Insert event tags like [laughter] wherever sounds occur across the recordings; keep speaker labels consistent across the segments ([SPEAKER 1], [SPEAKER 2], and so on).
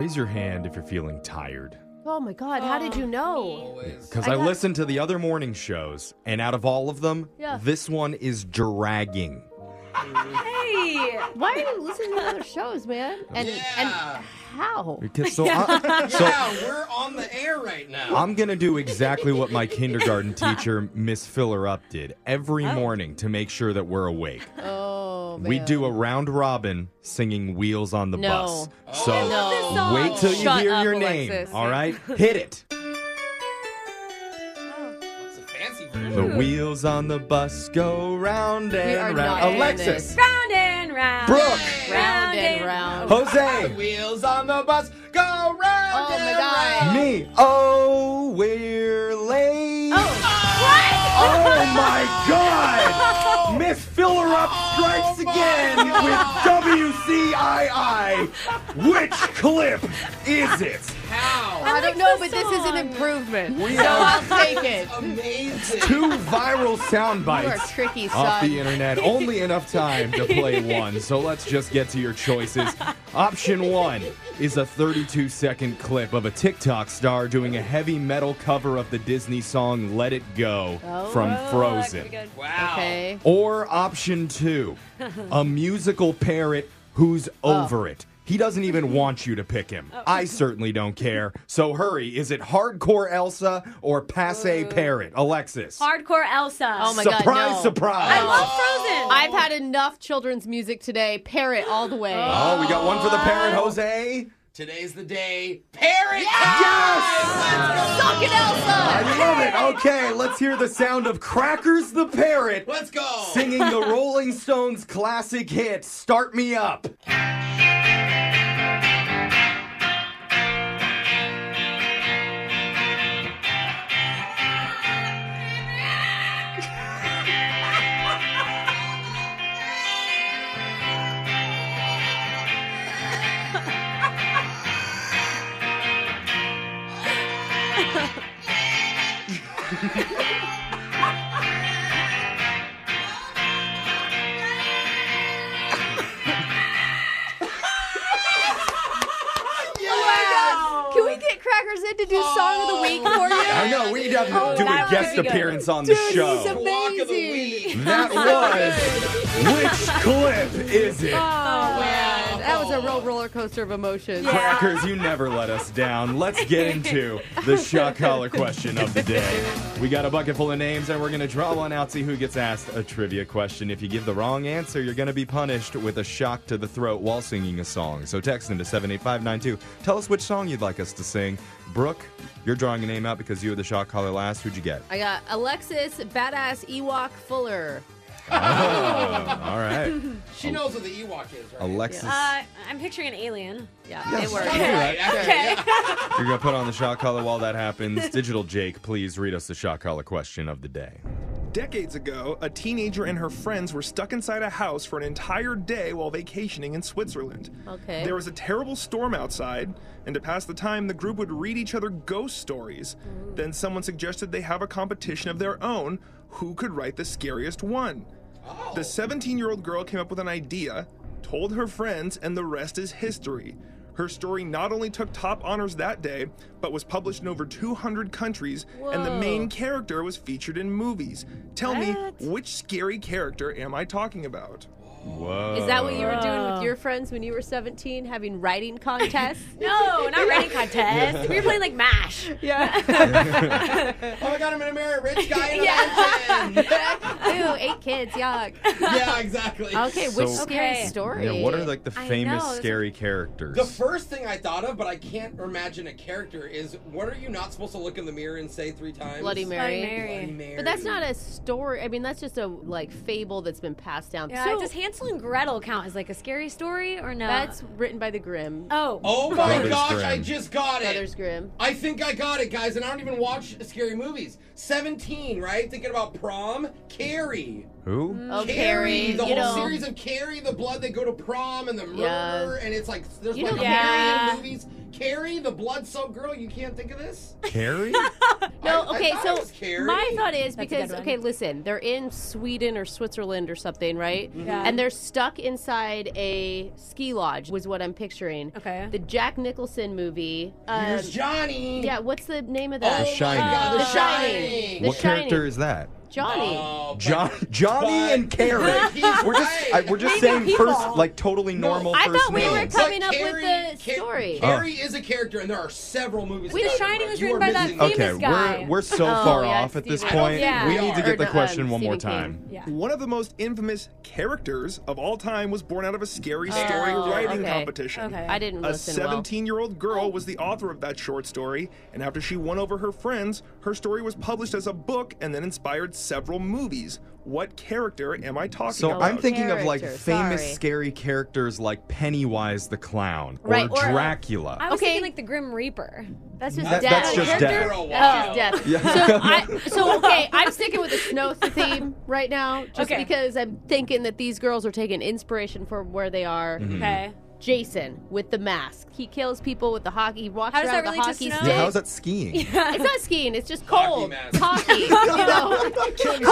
[SPEAKER 1] Raise your hand if you're feeling tired.
[SPEAKER 2] Oh my God! How did you know?
[SPEAKER 1] Because I, listened to the other morning shows, and out of all of them,
[SPEAKER 2] Yeah.
[SPEAKER 1] this one is dragging.
[SPEAKER 2] Hey, why are you listening to other shows, [laughs] man? And and how?
[SPEAKER 1] [laughs] Because- So, I, so
[SPEAKER 3] Yeah, we're on the air right now.
[SPEAKER 1] I'm going to do exactly what my kindergarten teacher, Miss Filler Up, did every morning to make sure that we're awake.
[SPEAKER 2] Oh,
[SPEAKER 1] We
[SPEAKER 2] man.
[SPEAKER 1] do a round robin singing Wheels on the
[SPEAKER 2] No. Oh.
[SPEAKER 1] Bus. So
[SPEAKER 2] No.
[SPEAKER 1] wait till you
[SPEAKER 4] Shut
[SPEAKER 1] hear
[SPEAKER 4] up,
[SPEAKER 1] your name.
[SPEAKER 4] Alexis.
[SPEAKER 1] All right?
[SPEAKER 2] [laughs]
[SPEAKER 1] Hit it.
[SPEAKER 3] It's a fancy version.
[SPEAKER 1] The wheels on the bus go round
[SPEAKER 2] are
[SPEAKER 1] and
[SPEAKER 2] not
[SPEAKER 1] round.
[SPEAKER 2] doing
[SPEAKER 1] Alexis,
[SPEAKER 4] Round and round.
[SPEAKER 1] Brooke,
[SPEAKER 2] round and round.
[SPEAKER 3] The
[SPEAKER 1] Jose,
[SPEAKER 3] wheels on the bus go round
[SPEAKER 2] Oh,
[SPEAKER 3] and
[SPEAKER 2] my God.
[SPEAKER 3] round.
[SPEAKER 1] me. Oh, we're late.
[SPEAKER 4] What?
[SPEAKER 1] Oh my God! Miss Filler Up
[SPEAKER 2] Oh
[SPEAKER 1] strikes again with WCII. Which clip is it?
[SPEAKER 3] How
[SPEAKER 2] I don't know, but this is an improvement.
[SPEAKER 1] We
[SPEAKER 2] so
[SPEAKER 1] are
[SPEAKER 2] I'll take
[SPEAKER 1] [laughs]
[SPEAKER 2] it.
[SPEAKER 3] amazing.
[SPEAKER 1] two viral sound
[SPEAKER 2] You are
[SPEAKER 1] bites
[SPEAKER 2] tricky,
[SPEAKER 1] off
[SPEAKER 2] son.
[SPEAKER 1] the internet. Only enough time to
[SPEAKER 2] [laughs]
[SPEAKER 1] play one, so let's just get to your choices. Option one is a 32 second clip of a TikTok star doing a heavy metal cover of the Disney song Let It Go
[SPEAKER 2] Oh,
[SPEAKER 1] from Frozen.
[SPEAKER 3] Wow.
[SPEAKER 2] okay.
[SPEAKER 1] Or option two,
[SPEAKER 2] [laughs]
[SPEAKER 1] a musical parrot who's
[SPEAKER 2] Oh.
[SPEAKER 1] over it. He doesn't even want you to pick him. I certainly don't care. So hurry. Is it hardcore Elsa or passe parrot? Alexis.
[SPEAKER 4] Hardcore Elsa.
[SPEAKER 2] Uh. Oh my
[SPEAKER 1] surprise,
[SPEAKER 2] God, no.
[SPEAKER 1] surprise.
[SPEAKER 4] I love Frozen.
[SPEAKER 2] I've had enough children's music today. Parrot all the way.
[SPEAKER 1] oh, we got one for the parrot, Jose.
[SPEAKER 3] Today's the day. Parrot
[SPEAKER 1] Yes!
[SPEAKER 2] Suck it, Elsa!
[SPEAKER 1] I love it. Okay, let's hear the sound of Crackers the parrot
[SPEAKER 3] Let's go.
[SPEAKER 1] singing the Rolling Stones classic hit, Start Me Up.
[SPEAKER 2] Oh Can we get Crackers in to do Song of the Week for you?
[SPEAKER 1] [laughs] I know, we need to have- do a
[SPEAKER 4] that was
[SPEAKER 1] guest
[SPEAKER 4] pretty good.
[SPEAKER 1] appearance on the show.
[SPEAKER 2] he's amazing.
[SPEAKER 3] Walk of the week.
[SPEAKER 1] That was. Which clip is it?
[SPEAKER 2] Oh, man. That was a real roller coaster of emotions.
[SPEAKER 1] Crackers, you never let us down. Let's get into the shock collar question of the day. We got a bucket full of names, and we're going to draw one out, see who gets asked a trivia question. If you give the wrong answer, you're going to be punished with a shock to the throat while singing a song. So text into 78592. Tell us which song you'd like us to sing. Brooke, you're drawing a name out because you were the shock collar last. Who'd you get?
[SPEAKER 2] I got Alexis, badass Ewok Fuller.
[SPEAKER 1] Oh, all right.
[SPEAKER 3] She knows what the Ewok is, right?
[SPEAKER 1] Alexis.
[SPEAKER 4] Uh, I'm picturing an alien.
[SPEAKER 2] Yeah,
[SPEAKER 1] Yes.
[SPEAKER 2] it worked.
[SPEAKER 1] All right.
[SPEAKER 4] Okay.
[SPEAKER 1] You're gonna put on the shock collar while that happens. Digital Jake, please read us the shock collar question of the day.
[SPEAKER 5] Decades ago, a teenager and her friends were stuck inside a house for an entire day while vacationing in Switzerland.
[SPEAKER 2] Okay.
[SPEAKER 5] There was a terrible storm outside, and to pass the time, the group would read each other ghost stories. Then someone suggested they have a competition of their own who could write the scariest one. The 17 year old girl came up with an idea, told her friends, and the rest is history. Her story not only took top honors that day, but was published in over 200 countries, and the main character was featured in movies. Tell
[SPEAKER 4] What?
[SPEAKER 5] me, which scary character am I talking about?
[SPEAKER 1] Whoa.
[SPEAKER 2] Is that what you were doing
[SPEAKER 3] Oh.
[SPEAKER 2] with your friends when you were 17, having writing contests?
[SPEAKER 3] [laughs]
[SPEAKER 4] No, not writing contest. We were playing like MASH.
[SPEAKER 2] yeah.
[SPEAKER 3] Oh my god, I'm in a mirror. Rich
[SPEAKER 2] [laughs]
[SPEAKER 3] guy in a mansion.
[SPEAKER 2] Ooh, eight kids, yuck.
[SPEAKER 3] yeah, exactly.
[SPEAKER 2] Okay, which
[SPEAKER 1] So-
[SPEAKER 2] scary
[SPEAKER 4] Okay.
[SPEAKER 2] story?
[SPEAKER 1] Yeah, what are like the
[SPEAKER 4] I
[SPEAKER 1] famous
[SPEAKER 4] know, it's-
[SPEAKER 1] scary characters?
[SPEAKER 3] The first thing I thought of, but I can't imagine a character, is what are you not supposed to look in the mirror and say three times?
[SPEAKER 2] Bloody Mary.
[SPEAKER 4] Bloody Mary.
[SPEAKER 3] Bloody Mary.
[SPEAKER 2] But that's not a story. I mean, that's just a like fable that's been passed down.
[SPEAKER 4] Yeah,
[SPEAKER 2] so
[SPEAKER 4] does Hansel and Gretel count as like a scary story or no?
[SPEAKER 2] that's written by the Grimm.
[SPEAKER 4] oh.
[SPEAKER 3] Oh my
[SPEAKER 1] Brothers
[SPEAKER 3] gosh,
[SPEAKER 1] Grimm.
[SPEAKER 3] I just got it.
[SPEAKER 2] Brothers Grimm.
[SPEAKER 3] I think I got it, guys, and I don't even watch scary movies. 17, right? Thinking about prom, Carrie.
[SPEAKER 1] Who?
[SPEAKER 2] Oh,
[SPEAKER 3] Carrie,
[SPEAKER 2] Carrie.
[SPEAKER 3] the
[SPEAKER 2] you
[SPEAKER 3] whole
[SPEAKER 2] know,
[SPEAKER 3] series of Carrie, the blood, they go to prom and the
[SPEAKER 2] Yeah.
[SPEAKER 3] murder, and it's like there's
[SPEAKER 2] You
[SPEAKER 3] like
[SPEAKER 2] know-
[SPEAKER 3] Carrie
[SPEAKER 4] Yeah.
[SPEAKER 3] in movies. Carrie, the blood soap girl, you can't think of this?
[SPEAKER 1] [laughs] Carrie?
[SPEAKER 2] No,
[SPEAKER 3] I
[SPEAKER 2] okay,
[SPEAKER 3] thought it was
[SPEAKER 2] so
[SPEAKER 3] Carrie.
[SPEAKER 2] my thought is
[SPEAKER 4] That's a
[SPEAKER 2] because
[SPEAKER 4] good one.
[SPEAKER 2] okay, listen, they're in Sweden or Switzerland or something, right?
[SPEAKER 3] Mm-hmm.
[SPEAKER 4] Yeah.
[SPEAKER 2] And they're stuck inside a ski lodge was what I'm picturing.
[SPEAKER 4] Okay.
[SPEAKER 2] The Jack Nicholson movie. Um,
[SPEAKER 3] Here's Johnny.
[SPEAKER 2] yeah, what's the name of
[SPEAKER 3] Oh
[SPEAKER 2] that?
[SPEAKER 3] my
[SPEAKER 1] Shining.
[SPEAKER 3] God,
[SPEAKER 2] The
[SPEAKER 3] the
[SPEAKER 2] Shining.
[SPEAKER 3] shining.
[SPEAKER 2] The
[SPEAKER 1] what character
[SPEAKER 2] Shining.
[SPEAKER 1] is that?
[SPEAKER 2] Johnny.
[SPEAKER 3] Oh, but-
[SPEAKER 1] John, Johnny
[SPEAKER 3] but-
[SPEAKER 1] and Carrie.
[SPEAKER 3] but he's
[SPEAKER 1] We're just I,
[SPEAKER 3] right.
[SPEAKER 1] we're just
[SPEAKER 4] They know
[SPEAKER 1] saying
[SPEAKER 4] people.
[SPEAKER 1] first like totally normal
[SPEAKER 2] I
[SPEAKER 1] first
[SPEAKER 2] thought we
[SPEAKER 1] names.
[SPEAKER 2] were
[SPEAKER 3] But
[SPEAKER 2] coming up with the
[SPEAKER 3] Ca-
[SPEAKER 2] story.
[SPEAKER 3] Carrie is a character, and there are several movies.
[SPEAKER 4] Wait,
[SPEAKER 3] about
[SPEAKER 4] The
[SPEAKER 3] her,
[SPEAKER 4] Shining
[SPEAKER 3] but
[SPEAKER 4] was
[SPEAKER 3] you
[SPEAKER 4] written
[SPEAKER 3] are
[SPEAKER 4] by that
[SPEAKER 3] missing-
[SPEAKER 4] famous
[SPEAKER 1] Okay,
[SPEAKER 4] guy.
[SPEAKER 1] we're we're so
[SPEAKER 2] Oh,
[SPEAKER 1] far
[SPEAKER 2] yeah,
[SPEAKER 1] off at this
[SPEAKER 2] Stephen- I don't
[SPEAKER 1] point.
[SPEAKER 4] think
[SPEAKER 1] We
[SPEAKER 4] we
[SPEAKER 1] need to
[SPEAKER 2] are.
[SPEAKER 1] get the
[SPEAKER 2] Or, um,
[SPEAKER 1] question one more
[SPEAKER 2] Stephen King.
[SPEAKER 1] time.
[SPEAKER 4] Yeah.
[SPEAKER 5] One of the most infamous characters of all time was born out of a scary story
[SPEAKER 2] Oh,
[SPEAKER 5] writing
[SPEAKER 2] okay.
[SPEAKER 5] competition.
[SPEAKER 4] Okay.
[SPEAKER 2] I didn't
[SPEAKER 5] A
[SPEAKER 2] listen well.
[SPEAKER 5] 17 year old girl was the author of that short story, and after she won over her friends, her story was published as a book and then inspired several movies. What character am I talking
[SPEAKER 1] So
[SPEAKER 5] about?
[SPEAKER 1] I'm thinking of like
[SPEAKER 2] character,
[SPEAKER 1] famous
[SPEAKER 2] sorry.
[SPEAKER 1] scary characters like Pennywise the clown or
[SPEAKER 2] Right, or, uh,
[SPEAKER 1] Dracula.
[SPEAKER 4] I was
[SPEAKER 2] Okay.
[SPEAKER 4] thinking like the Grim Reaper.
[SPEAKER 2] That's just
[SPEAKER 1] That-
[SPEAKER 2] death.
[SPEAKER 1] that's just
[SPEAKER 2] Character?
[SPEAKER 1] death.
[SPEAKER 2] That's just death.
[SPEAKER 1] [laughs] Yeah.
[SPEAKER 2] So, I, so okay, I'm sticking with the snow [laughs] theme right now, just
[SPEAKER 4] Okay.
[SPEAKER 2] because I'm thinking that these girls are taking inspiration from where they are.
[SPEAKER 1] Mm-hmm.
[SPEAKER 4] Okay.
[SPEAKER 2] Jason with the mask. He kills people with the hockey. He walks
[SPEAKER 4] How does
[SPEAKER 2] around
[SPEAKER 4] that
[SPEAKER 2] with a
[SPEAKER 4] relate to
[SPEAKER 2] hockey
[SPEAKER 4] snow?
[SPEAKER 2] stick.
[SPEAKER 1] yeah, how's that
[SPEAKER 4] [laughs]
[SPEAKER 1] skiing?
[SPEAKER 2] It's not skiing. It's just cold.
[SPEAKER 3] mask.
[SPEAKER 1] [laughs]
[SPEAKER 2] Hockey. you know,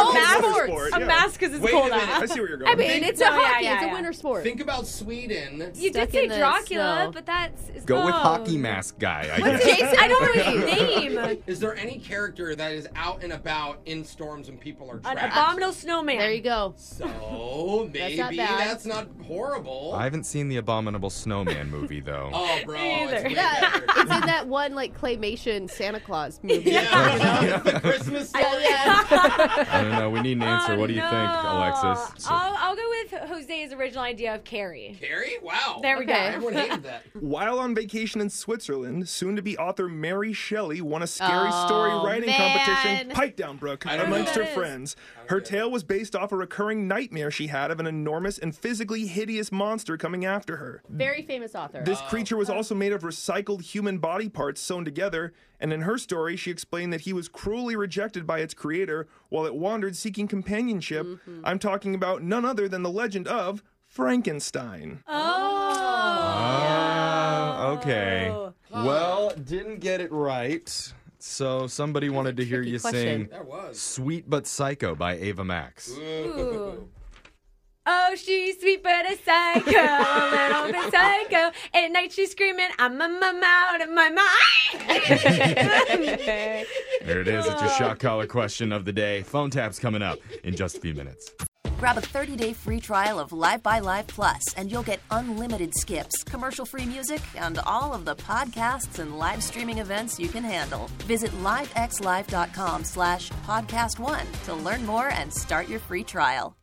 [SPEAKER 2] cold
[SPEAKER 5] mask.
[SPEAKER 2] sports.
[SPEAKER 5] Sport.
[SPEAKER 4] A
[SPEAKER 5] Yeah.
[SPEAKER 4] mask because it's
[SPEAKER 3] Wait a
[SPEAKER 4] cold
[SPEAKER 3] minute.
[SPEAKER 5] I
[SPEAKER 4] out.
[SPEAKER 5] see where you're going.
[SPEAKER 2] I mean, it's a
[SPEAKER 4] No, Oh, yeah,
[SPEAKER 2] hockey.
[SPEAKER 4] yeah,
[SPEAKER 2] it's a
[SPEAKER 4] yeah.
[SPEAKER 2] winter sport.
[SPEAKER 3] Think about Sweden.
[SPEAKER 4] You
[SPEAKER 2] Stuck
[SPEAKER 4] did say
[SPEAKER 2] in the
[SPEAKER 4] Dracula,
[SPEAKER 2] snow.
[SPEAKER 4] but that's it's-
[SPEAKER 1] Go with
[SPEAKER 4] oh.
[SPEAKER 1] hockey mask guy, I
[SPEAKER 4] What's
[SPEAKER 1] guess.
[SPEAKER 4] Jason? I don't know
[SPEAKER 1] [laughs]
[SPEAKER 4] his name.
[SPEAKER 3] Is there any character that is out and about in storms and people are
[SPEAKER 4] An
[SPEAKER 3] trapped?
[SPEAKER 4] abominable snowman.
[SPEAKER 2] there you go.
[SPEAKER 3] So maybe
[SPEAKER 2] not
[SPEAKER 3] that's not,
[SPEAKER 2] bad.
[SPEAKER 3] horrible.
[SPEAKER 1] I haven't seen the Abominable Snowman movie though.
[SPEAKER 3] oh, bro,
[SPEAKER 4] Me
[SPEAKER 3] it's
[SPEAKER 4] either.
[SPEAKER 3] way
[SPEAKER 2] Yeah,
[SPEAKER 3] better.
[SPEAKER 2] [laughs] it's in that one like claymation Santa Claus movie. [laughs]
[SPEAKER 3] Yeah, you know, the Christmas story.
[SPEAKER 2] Yeah, yeah.
[SPEAKER 1] I don't know. We need an answer.
[SPEAKER 4] Oh,
[SPEAKER 1] what do you
[SPEAKER 4] no. Oh.
[SPEAKER 1] think, Alexis? So-
[SPEAKER 4] I'll, I'll go with Jose's original idea of Carrie.
[SPEAKER 3] Carrie, wow.
[SPEAKER 4] There we
[SPEAKER 2] Okay.
[SPEAKER 4] go.
[SPEAKER 3] Everyone hated that.
[SPEAKER 5] While on vacation in Switzerland, soon to be author Mary Shelley won a scary story
[SPEAKER 2] Oh,
[SPEAKER 5] writing
[SPEAKER 2] man.
[SPEAKER 5] competition, Pike Down Brook,
[SPEAKER 3] I don't know
[SPEAKER 5] amongst
[SPEAKER 3] who
[SPEAKER 5] her
[SPEAKER 4] that is.
[SPEAKER 5] friends. Her tale was based off a recurring nightmare she had of an enormous and physically hideous monster coming after her.
[SPEAKER 2] Very famous author.
[SPEAKER 5] This creature was also made of recycled human body parts sewn together, and in her story, she explained that he was cruelly rejected by its creator while it wandered seeking companionship.
[SPEAKER 2] Mm-hmm.
[SPEAKER 5] I'm talking about none other than the legend of Frankenstein.
[SPEAKER 1] Ah, okay. Well, didn't get it right. So somebody wanted to hear
[SPEAKER 2] tricky
[SPEAKER 1] you
[SPEAKER 2] question.
[SPEAKER 1] sing
[SPEAKER 3] That was.
[SPEAKER 1] Sweet But Psycho by Ava Max.
[SPEAKER 4] Ooh. Oh, she's sweet but a psycho, a little bit psycho. At night she's screaming, I'm, I'm, I'm out of my
[SPEAKER 1] [laughs]
[SPEAKER 4] mind.
[SPEAKER 1] There it is. It's your shock collar question of the day. Phone tap's coming up in just a few minutes.
[SPEAKER 6] Grab a 30-day free trial of Live by Live Plus, and you'll get unlimited skips, commercial-free music, and all of the podcasts and live streaming events you can handle. Visit livexlive.com slash podcast one to learn more and start your free trial.